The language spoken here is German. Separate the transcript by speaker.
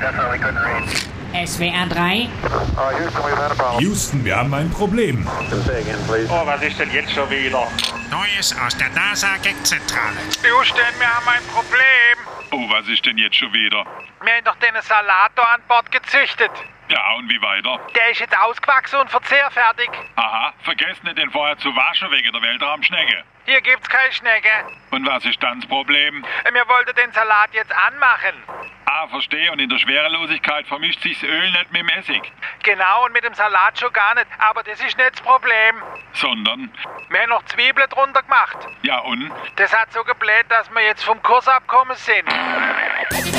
Speaker 1: definitely couldn't read.
Speaker 2: SWR 3,
Speaker 1: Uh, Houston, we've had a problem.
Speaker 3: Houston, wir haben ein Problem.
Speaker 1: Say again, please.
Speaker 4: Oh, was ist denn jetzt schon wieder?
Speaker 5: Neues aus der NASA-Gag-Zentrale.
Speaker 6: Houston, wir haben ein Problem.
Speaker 7: Oh, was ist denn jetzt schon wieder?
Speaker 6: Wir haben doch den Salato an Bord gezüchtet.
Speaker 7: Ja, und wie weiter?
Speaker 6: Der ist jetzt ausgewachsen und verzehrfertig.
Speaker 7: Aha, vergesst nicht, den vorher zu waschen wegen der Weltraumschnecke.
Speaker 6: Hier gibt's keine Schnecke.
Speaker 7: Und was ist dann das Problem?
Speaker 6: Wir wollten den Salat jetzt anmachen.
Speaker 7: Ah, verstehe, und in der Schwerelosigkeit vermischt sich das Öl nicht mit dem Essig,
Speaker 6: Genau, und mit dem Salat schon gar nicht. Aber das ist nicht das Problem.
Speaker 7: sondern,
Speaker 6: Wir haben noch Zwiebeln drunter gemacht.
Speaker 7: ja und?
Speaker 6: Das hat so gebläht, dass wir jetzt vom Kurs abgekommen sind.